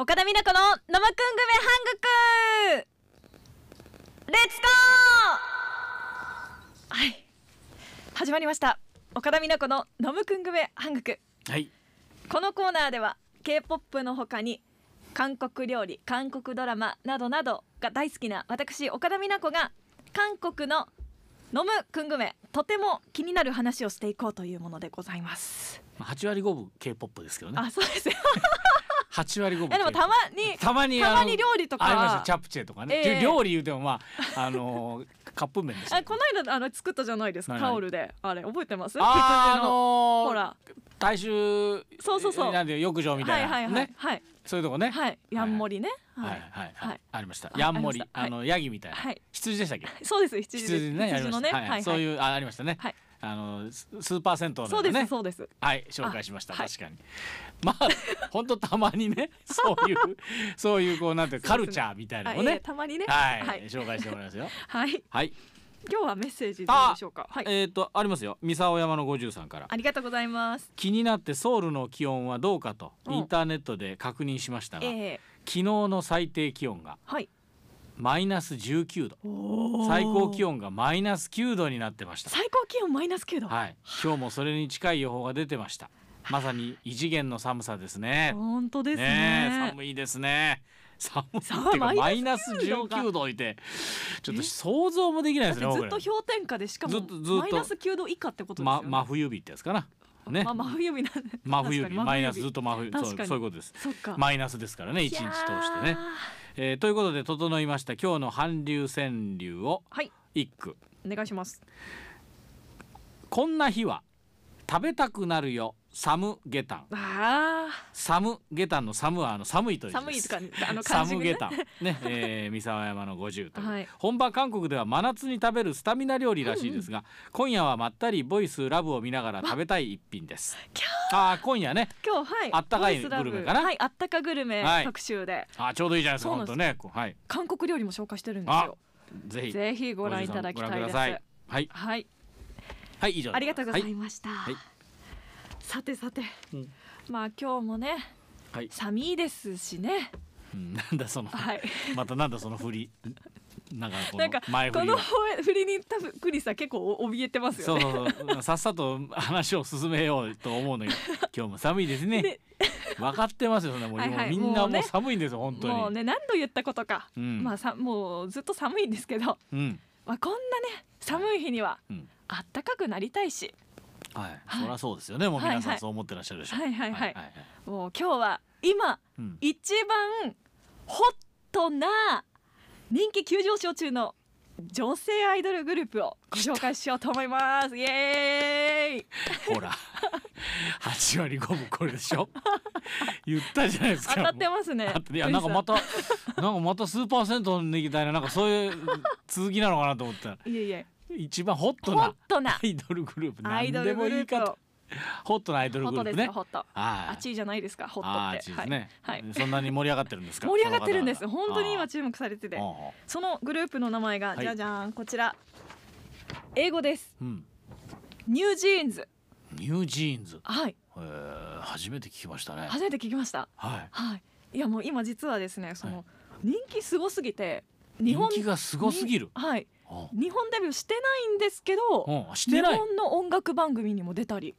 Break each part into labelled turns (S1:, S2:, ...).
S1: 岡田美奈子の生くんぐめハングクレッツゴーはい始まりました岡田美奈子の「ノムくんぐめハングク
S2: はい。」
S1: このコーナーでは K-POP の他に韓国料理韓国ドラマなどなどが大好きな私岡田美奈子が韓国の「ノムくんぐめ」とても気になる話をしていこうというものでございます。
S2: まあ八割五分 K-POP ですけどね。
S1: あそうですね
S2: 八割五分
S1: いやでもたまに
S2: K-POP たまに
S1: たま
S2: あの
S1: に料理とか
S2: ありましたチャプチェとかね。
S1: ええ
S2: 料理言うてもまああのーカップ麺です
S1: あ
S2: よ。
S1: この間あの作ったじゃないですか
S2: 何々
S1: タオルであれ覚えてます
S2: あー
S1: 羊
S2: あ
S1: の
S2: のー
S1: ほら
S2: 大衆
S1: そうそうそう
S2: なんで浴場みたいな、
S1: はいはいはい、
S2: ね
S1: はい
S2: そういうとこね。
S1: はいやんもりね
S2: はい
S1: は
S2: はいい、はい
S1: はい
S2: ありました
S1: あ。
S2: ヤンモ
S1: あ
S2: リ
S1: りましたはい
S2: あのヤギみたいな、
S1: はい
S2: 羊でしたっけ？
S1: そうです羊です
S2: 羊ねやりま
S1: 羊の
S2: した。
S1: ね
S2: はいはいそう
S1: う
S2: いうあありましたね。
S1: はい
S2: あのススーパー銭湯のね。
S1: そうですそうです
S2: はい紹介しました
S1: あはい
S2: 確かに、まあ本当たまに ねそういうそういうこうなんていうカルチャーみたいなの
S1: はい、
S2: を
S1: えー
S2: ね
S1: たまにね
S2: はい、
S1: はい、
S2: 紹介してもらいま すよ
S1: はい
S2: はい
S1: 今日はメッセージどうでしょうかはい、
S2: えっ、とありますよ三沢山の53から
S1: ありがとうございます
S2: 気になってソウルの気温はどうかと
S1: うん
S2: インターネットで確認しましたが、昨
S1: えー、
S2: 日の最低気温が
S1: はい
S2: マイナス19度最高気温がマイナス9度になってました
S1: 最高気温マイナス9度、
S2: はい今日もそれに近い予報が出てましたまさに異次元の寒さですね
S1: 本当ですね
S2: ねえ寒いですね。寒いっていう
S1: さあ
S2: かマイナス
S1: 19
S2: 19度いて、ちょっと想像もできない
S1: だ
S2: で
S1: っ
S2: す
S1: て
S2: ね。
S1: ず
S2: 僕
S1: っ
S2: ら
S1: と氷点下でしかも
S2: ずっとずっと
S1: マイナス9度以下ってことですよ
S2: ま
S1: ね、
S2: 真冬日ってやつかな。ね
S1: ま、あ、真冬日なんで
S2: 真冬
S1: 確か
S2: 日
S1: に
S2: マイナスずっと真冬
S1: 確
S2: そう
S1: かに
S2: そういうことです。
S1: そっか
S2: マイナスですからね一日通し
S1: い
S2: て
S1: や
S2: ね
S1: ー。
S2: えーということで整いました今日の韓流川柳を
S1: はい
S2: 一句。
S1: お願いします
S2: こんな日は食べたくなるよサムゲタン。
S1: あ
S2: サムゲタンのサムはあの寒いとい
S1: ー
S2: う字です
S1: 寒いとかあの
S2: サ
S1: 感じ
S2: ム
S1: が
S2: ゲ
S1: ね
S2: タンね、えー、三沢山の50という、
S1: はい
S2: 本場韓国では真夏に食べるスタミナ料理らしいですが、今夜はまったりボイスラブを見ながら食べたい一品です
S1: キャ
S2: あー今夜ね
S1: 今日はい
S2: あったかい
S1: ボイスラブ
S2: グルメかな
S1: はいあったかグルメ
S2: はい
S1: 特集で、
S2: あーちょうどいいじゃないですか
S1: そう
S2: ほ
S1: なん
S2: ん
S1: です
S2: とねこうはい
S1: 韓国料理も紹介してるんですよ
S2: ぜひ
S1: ぜひご覧いただきたい
S2: ご覧
S1: で
S2: く
S1: す
S2: ださいはい
S1: はい
S2: はい以上
S1: ありがとうござ
S2: はい
S1: ました、
S2: い
S1: さてさて、
S2: うん
S1: まあ今日もね
S2: はい
S1: 寒いですしね
S2: うんなんだその
S1: はい
S2: またなんだその 振りなんかこ
S1: なんか
S2: の前振
S1: こ
S2: り
S1: の
S2: を
S1: 振りにたぶクリスさん結構お怯えてますよ
S2: そう
S1: ね
S2: そうそうさっさと話を進めようと思うのに今日も寒いですね
S1: ね
S2: 分かってますよそんなもう
S1: はいはい
S2: みん
S1: も
S2: な
S1: うね
S2: もう寒いんですよ本当に
S1: もうね何度言ったことか、
S2: うん
S1: まあさもうずっと寒いんですけど、
S2: うん
S1: まあ、こんなね寒い日には
S2: うん
S1: あったかくなりたいし
S2: はい、
S1: はい
S2: そりゃそうですよねもう皆
S1: はい
S2: さ
S1: はい
S2: んそう思ってらっしゃるでしょ
S1: はいはいはい
S2: はい
S1: もう今日は今
S2: うん
S1: 一番ホットな人気急上昇中の女性アイドルグループをご紹介しようと思いますイエーイ
S2: ほら8割5分これでし ょ言ったじゃないです
S1: 当
S2: か
S1: たって
S2: も
S1: ます
S2: う
S1: ね
S2: 当たっていやなんかま
S1: ク
S2: たなんかまたスーパー銭湯みたいななんかそういう続きなのかなと思ったら
S1: リスさんいえいえ
S2: 一番ホッ
S1: ホ
S2: ト
S1: ッ
S2: な
S1: トな
S2: アイドルグループ
S1: アイ
S2: 何
S1: ド
S2: で
S1: ル
S2: も
S1: グル
S2: いい
S1: ープ
S2: か
S1: を
S2: とホットなアイドル
S1: ホ
S2: グ
S1: ッ
S2: ル
S1: トで
S2: ープ
S1: す
S2: ね
S1: よホット
S2: はい
S1: 熱いじゃないですかホッ
S2: ああ
S1: ト
S2: ー
S1: って、
S2: ち
S1: は
S2: です
S1: い
S2: ね、
S1: はい
S2: そんなに盛り上がってるんですか
S1: 盛り上がってるんです
S2: その方々
S1: 本当に今注目されてて
S2: あ
S1: そのグループの名前が
S2: はい
S1: じゃじゃーんこちら英語です
S2: ーうん
S1: ニュージーンズ
S2: ニュージーンズ、
S1: はい
S2: えー、初めて聞きましたね
S1: 初めて聞きました
S2: はい
S1: はい、いやもう今実はですねその、
S2: はい
S1: 人気すごすぎて日
S2: 人
S1: 本
S2: 気がすごすぎる
S1: にはい
S2: うん
S1: 日本デビューしてないんですけど、
S2: うんしてない
S1: 日本の音楽番組にも出たり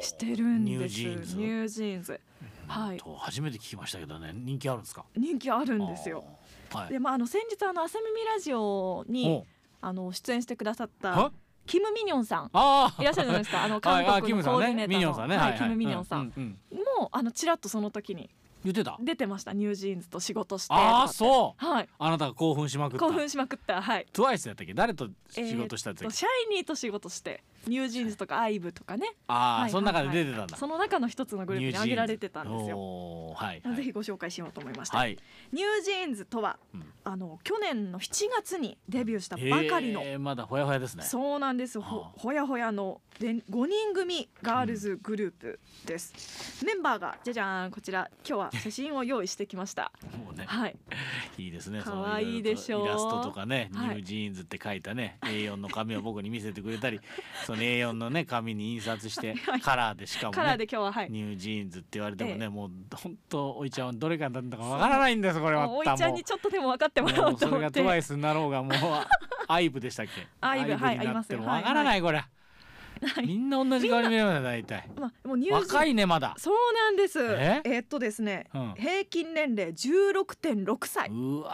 S1: してるん
S2: ニュ
S1: で
S2: ー
S1: す
S2: ジーンズ
S1: ニュージーンズはい
S2: と初めて聞きましたけどね人気あるんですか
S1: 人気ある
S2: あ
S1: ん
S2: ー
S1: ですよ
S2: はい
S1: でまああの先日あの朝耳ラジオに
S2: お
S1: あの出演してくださっ
S2: は
S1: たキム・ミニョンさん
S2: あー
S1: いらっしゃるじゃないですかあの韓
S2: はいあー
S1: 国のコーディネーターの
S2: キムさんねミニョンさんね
S1: はい
S2: はい
S1: キム・ミニョンさん
S2: うううん
S1: もあのちらっとその時に
S2: 言ってた
S1: 出てましたニュージーンズと仕事してとか
S2: ああ
S1: って
S2: そ
S1: はいう
S2: あなたが興奮しまくった
S1: 興奮しまくったはい
S2: TWICE やったっけ誰と仕事したっ
S1: え
S2: て
S1: ーとシャイニーと仕事してニュージーンズとかアイブとかね
S2: あ
S1: は
S2: あ
S1: い
S2: その中で出てたんだ
S1: その中の一つのグループに挙げられてたんですよ
S2: よはい
S1: ぜひご紹介しようと思いました、
S2: はい
S1: ニュージーンズとは、
S2: うん
S1: あの去年の7月にデビューしたばかりの、
S2: えーまだほやほやですね
S1: そうなんですほ
S2: はあ
S1: ほやほやので5人組ガールズグループです、メンバーがじゃじゃーんこちら今日は写真を用意してきました
S2: もうね
S1: はい
S2: いいですね
S1: 可愛いでしょう
S2: そのろろとイラストとかねニ
S1: はい
S2: ュージーンズって書いたね A4 の紙を僕に見せてくれたりその A4 のね紙に印刷してカラーでしかも
S1: カラー
S2: ね
S1: で今日ははい
S2: ニュージーンズって言われても
S1: え
S2: ねもう本当おいちゃんはどれがなんだかわからないんですこれは
S1: おいちゃんにちょっっとでも分かってもら
S2: も
S1: お
S2: う
S1: う
S2: そ
S1: と
S2: れ
S1: 思
S2: が
S1: って
S2: トワイスになろうがもうアイブでしたっけ
S1: アイブはいあ
S2: になっても
S1: りますよはい
S2: わからないこれみんな同じ顔に見えるよね大体
S1: まあ、もう入
S2: 若いねまだ
S1: そうなんです
S2: え
S1: えっとですね、
S2: うん
S1: 平均年齢16.6歳
S2: うわ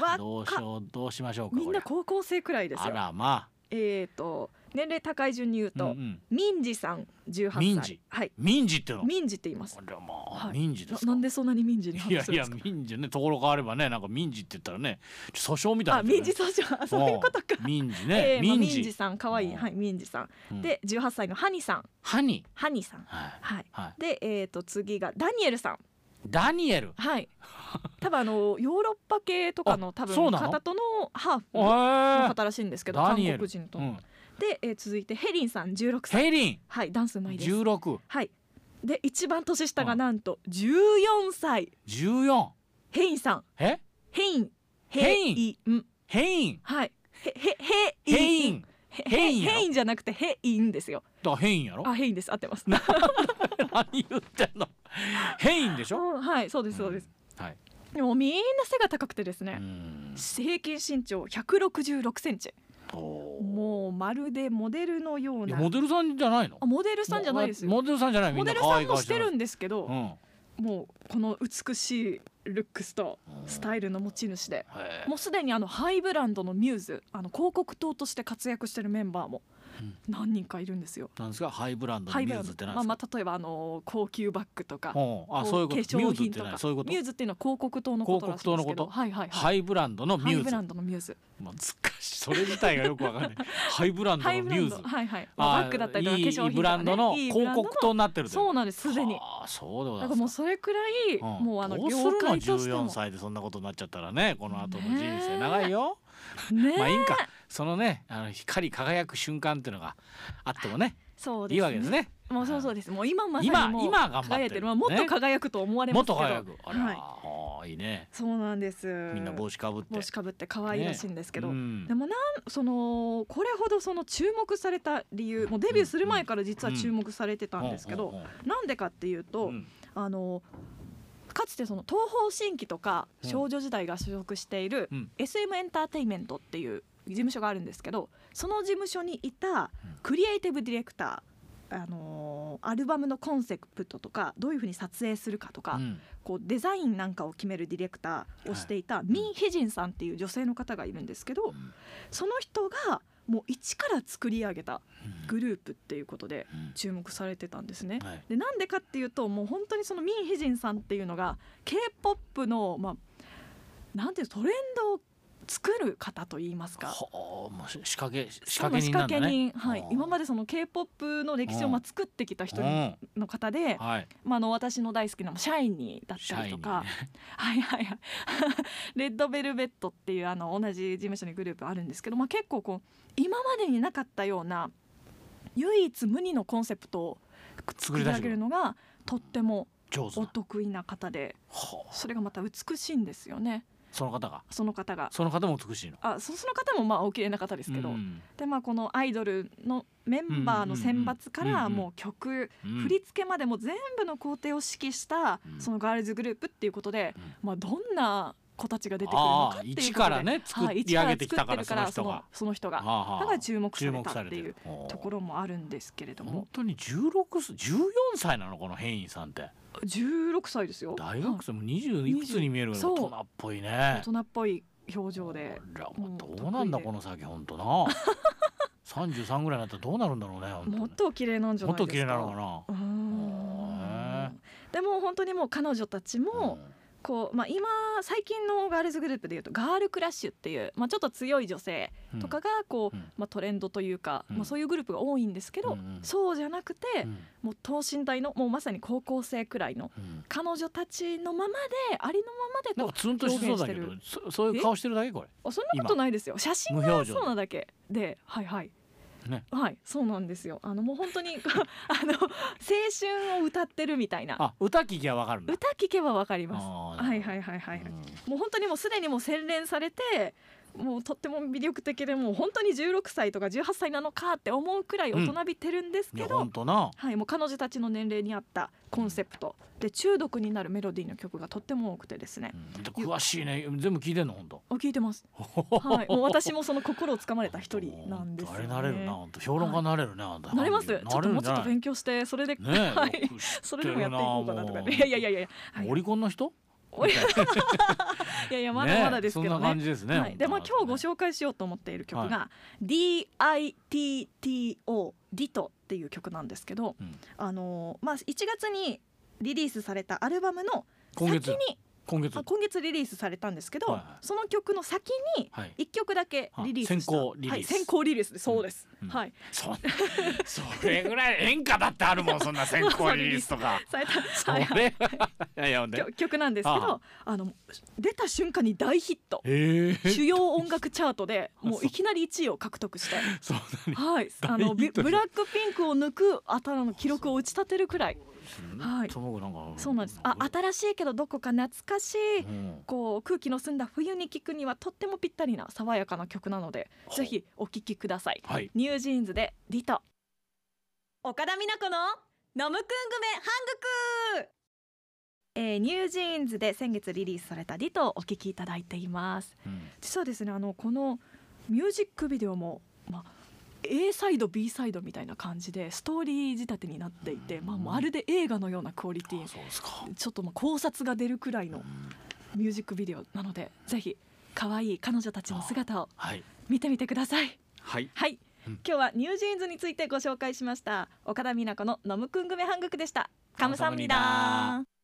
S1: 若
S2: ぁ
S1: っ
S2: どうしようどうしましょうか
S1: みんな
S2: こ
S1: 高校生くらい
S2: れ
S1: です
S2: あ
S1: よ
S2: らま
S1: えっ、と年齢高い順に言う
S2: あ、うんう
S1: と、
S2: ん、
S1: 民事さん18歳
S2: 民事
S1: はい
S2: 民事っての
S1: 民事って言います
S2: これはもう
S1: はい
S2: 民事で
S1: な
S2: すか、
S1: なんでそんなに民事に
S2: い
S1: 話
S2: や
S1: するん
S2: い
S1: で
S2: や
S1: すか
S2: 民事ねところ変わればねなんか民事って言ったらね訴訟みたい
S1: あ
S2: にな
S1: 民
S2: って
S1: 事
S2: る
S1: 訴訟あそういうことか、
S2: ん民事
S1: え
S2: ね、
S1: ーまあ
S2: 民
S1: 民
S2: 事
S1: 事さん可愛い
S2: うん
S1: はい民事さん、
S2: うん
S1: で18歳のハニさん
S2: ハニー
S1: ハニさん
S2: はい
S1: はい
S2: はい
S1: でえっ、と次がダニエルさん
S2: ダニエル
S1: はい多分あのヨーロッパ系とかの
S2: あ
S1: 多
S2: そう
S1: 分
S2: なの
S1: 方とのハーフ
S2: お
S1: の
S2: ー
S1: 方らしいんですけど
S2: ダ
S1: 韓
S2: ニエル
S1: 国人と、
S2: うん
S1: で、えー続いてヘリンさん16歳
S2: ヘリン
S1: はいダンスうまいです
S2: 十六
S1: はいで一番年下
S2: う
S1: が
S2: ん
S1: なんと14歳
S2: 十四
S1: ヘインさん
S2: え
S1: ヘイン
S2: ヘイン
S1: ン
S2: ヘイン
S1: はいへへ
S2: ヘ
S1: ヘイ
S2: イ
S1: ン
S2: ン
S1: へ
S2: ヘインやろ
S1: ヘインじゃなくてヘインですよ
S2: だヘインやろ
S1: あヘインです合ってます
S2: 何言ってんのヘインでしょ
S1: うんはいそうですそうです、
S2: うんはい
S1: でもみんな背が高くてです
S2: う
S1: ね、
S2: ん
S1: 平均身長166センチ
S2: おー
S1: もうまるでモデルのよう
S2: いや
S1: な
S2: モデルさんじゃないの
S1: あモデルさんじゃないですよ
S2: モデルさんじゃないみ
S1: モ
S2: んな
S1: デル
S2: 可
S1: さ
S2: 愛
S1: ん
S2: い顔
S1: も
S2: し
S1: してて
S2: る
S1: るんですけど、
S2: うん
S1: もうこの美しいルックスとスタイルの持ち主で
S2: へー
S1: もうすでにあのハイブランドのミューズあの広告塔として活躍してるメンバーも
S2: うん
S1: 何人かいるんですよ。
S2: なんですかハイブランドの
S1: ハイ
S2: ミ
S1: ブラ
S2: ュー
S1: ン
S2: ズ
S1: ド
S2: ってな
S1: ま
S2: んで
S1: あ
S2: す
S1: ま
S2: か
S1: あ、例えばあの高級バッグとか
S2: ほうあ
S1: こ
S2: そういうこと
S1: 化
S2: ミュ
S1: 粧
S2: ーズっ
S1: 品
S2: て
S1: と
S2: ない
S1: か
S2: そういうこと
S1: ミューズっていうのは広告塔のことらしいんですけ
S2: 広告塔
S1: ど
S2: のこと
S1: はいはいはい、
S2: ハイブランドの
S1: ハ
S2: ミ
S1: イブ
S2: ュー
S1: ラ
S2: ズ
S1: ンドのミューズ
S2: 難しいそれ自体がよくわかんないハイブランド
S1: ハ
S2: の
S1: イ
S2: ミ
S1: ブラン
S2: ュー
S1: ド
S2: ズ
S1: はいはい、まあ
S2: あ
S1: バッグだったりとか
S2: い
S1: 化
S2: い
S1: 粧品とか、ね、
S2: ブランドの
S1: いいブラ
S2: 広
S1: ンドの
S2: 告塔になってるとい
S1: そうなんですすでに
S2: ああそうでござ
S1: だ
S2: い
S1: から
S2: ま
S1: もう
S2: す
S1: それくらい、
S2: かん
S1: もうあの
S2: どうす
S1: 業
S2: るの
S1: 界として
S2: 14
S1: も
S2: 歳でそんなことになっちゃったらねこの後の人
S1: ね
S2: 生
S1: え
S2: 長いよ、
S1: ねえ
S2: まあいいんかそのねあの光り輝く瞬間っていうのがあってもね
S1: そうです
S2: いいわけですね
S1: もうそうそうです。もう今まさに
S2: 今
S1: もう
S2: 今頑張っ
S1: 輝
S2: て
S1: いて
S2: る
S1: る。まあもっと
S2: ね
S1: 輝くと思われま
S2: もっ
S1: すけ
S2: と
S1: ど。
S2: 輝くあら、
S1: はい
S2: あーいいね
S1: そうなんです。
S2: みんな帽子かぶって
S1: 帽子かぶって可愛いらしいんですけど。
S2: うん
S1: でもなんそのこれほどその注目された理由もうデビューする前から実は注目されてたんですけ
S2: う
S1: ど
S2: んうん
S1: なんでかっていうと、
S2: うん
S1: あのかつてその東方神起とか
S2: うん
S1: 少女時代が所属している
S2: うん
S1: SM エンターテインメントっていう事務所があるんですけどその事務所にいたクリエイティブディレクター、あのーアルバムのコンセプトとかどういうふうに撮影するかとか、
S2: うん
S1: こうデザインなんかを決めるディレクターをしていたミン・ヘジンさんっていう女性の方がいるんですけど、
S2: ん
S1: その人がもう一から作り上げた
S2: うん
S1: グループっていうことで
S2: うん
S1: 注目されてたんですね。
S2: はい
S1: でなんでかっていうともう本当にそのミン・ヘジンさんっていうのが k p o p の、まあ、なんていうトレンドを作る方といいますか
S2: はあ、もうし仕掛け仕
S1: そ
S2: 掛
S1: の
S2: け
S1: 仕
S2: 人なん
S1: 掛
S2: だ
S1: け
S2: ね。
S1: 人、はい
S2: あ、ー
S1: 今までその k p o p の歴史をまあ作ってきた人
S2: うん
S1: の方で、
S2: はい。
S1: まあ、あの私の大好きな「シャイニー」だっ
S2: シ
S1: た
S2: ャイ
S1: り
S2: ニ
S1: と
S2: ー
S1: か
S2: ね。
S1: 「はいはい はいレッドベルベット」っていうあの同じ事務所にグループあるんですけど、まあ、結構こう今までになかったような唯一無二のコンセプトを
S2: 作
S1: 作
S2: り
S1: り
S2: 出し
S1: 上げるのがとっても
S2: 上手
S1: お
S2: だ。
S1: 得意な方で
S2: はあ、
S1: それがまた美しいんですよね
S2: その方が
S1: その方が。
S2: その方も美しいの。
S1: あそその方もまあお綺麗な方ですけど、
S2: うん
S1: でまあこのアイドルのメンバーの選抜か
S2: うんうんうんう
S1: ら
S2: んうん
S1: もう曲、
S2: うん
S1: 振り付けまでも全部の工程を指揮した
S2: うん
S1: そのガールズグループっていうことで、
S2: うん
S1: まあ、どんな子たちが出てくるのかっていうことで
S2: ああ一からね
S1: はい
S2: 作り上げてきたから
S1: 一作ってる
S2: その人が
S1: その人が
S2: はあはあ
S1: だから注目され
S2: 注目
S1: た
S2: さ
S1: っ
S2: れ
S1: て
S2: て
S1: い
S2: る
S1: う。ところもあるんですけれど
S2: 本
S1: も
S2: 当に十六す十四歳なのこの変異さんって
S1: 16歳ですよ
S2: 大
S1: は
S2: 学生も二十いくつに見えるよね
S1: そう
S2: 大人っぽい
S1: い大
S2: ね。
S1: 人っぽい表情で
S2: あら
S1: もう
S2: どうなんだ
S1: 得意で
S2: この先本 当な。三十三ぐらいになったらどうなるんだろうね本当に。
S1: もっとお綺麗なんじゃ
S2: も
S1: な
S2: っ
S1: いです
S2: と
S1: か
S2: 綺麗なのかな。
S1: うー
S2: へ
S1: んでも本当にもう彼女たちもこう、まあ、今最近のガールズグループでいうとガールクラッシュっていう、まあ、ちょっと強い女性
S2: うん
S1: とかがこう、
S2: うん
S1: まあ、トレンドというか、
S2: うん
S1: まあ、そういうグループが多いんですけど、
S2: うんうん
S1: そうじゃなくて、
S2: うん
S1: もう等身大のもうまさに高校生くらいの
S2: うん
S1: 彼女たちのままでありのままで
S2: なん
S1: こ
S2: かツンとしそうだけど
S1: 表
S2: そそういう顔してるだけこれ。
S1: うあそんなことないですよ写真
S2: 無
S1: が
S2: 表情
S1: そうなだけではいはい。
S2: ね
S1: はいそうなんですよあのもう本当に あの青春を歌ってるみたいな
S2: あ歌聞きはわかるんだ。
S1: 歌聞けばわかります
S2: あー
S1: はいはいはいはい、
S2: うん
S1: もう本当にもうすでにもう洗練されてもうとっても魅力的でもう本当に16歳とか18歳なのかって思うくらい大人びてるんです
S2: いや
S1: けど、
S2: 本当な
S1: はい、もう彼女たちの年齢に合ったコンセプトで中毒になるメロディーの曲がとっても多くてですね
S2: う。んで詳しいね全部聞いてんの本当
S1: あ聞いて ます。はい、もう私もその心をつかまれた一人なんですよ、ね。
S2: あれなれるな本当評論家になれるね、あんた
S1: なれます。ちょっともうちょっと
S2: 強
S1: 勉強してそれで、
S2: ねえ、
S1: は
S2: よ
S1: い。
S2: く知
S1: そ
S2: っ
S1: れ
S2: て
S1: でもや
S2: る
S1: っていこうかなとか。いやいやいやいや。はい
S2: オリコンの人
S1: おいいやいやまだまだですけど
S2: そんな
S1: ね。
S2: 感じですね、
S1: はい、でまあ今日ご紹介しようと思っている曲が DITTO ディトっていう曲なんですけど、
S2: うん
S1: あのーまあ1月にリリースされたアルバムの先
S2: 今
S1: に
S2: 月今月
S1: あ今月リリースされたんですけど、
S2: はいはい
S1: その曲の先に
S2: はい
S1: 一曲だけリリースした
S2: あ先行リリース
S1: はい、先行リリースですそうです、
S2: うん
S1: はい
S2: そそれぐらい演歌だってあるもんそんな先行リリースと か
S1: され
S2: そ
S1: た、
S2: れ
S1: はいはい、
S2: いやいやほんで
S1: 曲曲なんですけ
S2: は
S1: どあの出た瞬間に大ヒット
S2: へえ
S1: 主要音楽チャートでも
S2: そう
S1: ういきなり1位を獲得して
S2: そうな
S1: はい、あのブブラックピンクを抜くあたらの記録を打ち立てるくらい。
S2: ん
S1: はい
S2: ともかくなんか
S1: そうなんです。あ、新しいけどどこか懐かしい。
S2: うん
S1: こう空気の澄んだ冬に聴くにはとってもぴったりな爽やかな曲なので、
S2: ほう
S1: ぜひお聴きください。
S2: はい
S1: ニュージーンズでリト。岡田美奈子のノムクングメハングク。えー、ニュージーンズで先月リリースされたリトをお聴きいただいています。
S2: うん
S1: 実はですねあのこのミュージックビデオも、まあ、A サイド B サイドみたいな感じでストーリー仕立てになっていて、まあ、まるで映画のようなクオリティ
S2: あそうですか
S1: ちょっとまあ考察が出るくらいの
S2: うん
S1: ミュージックビデオなのでぜひ可愛い彼女たちの姿を
S2: はい
S1: 見てみてください。
S2: はい
S1: はい、
S2: うん
S1: 今日はニュージーンズについてご紹介しました岡田美奈子の「ノムクングメハングク」でした。カムサハムニダー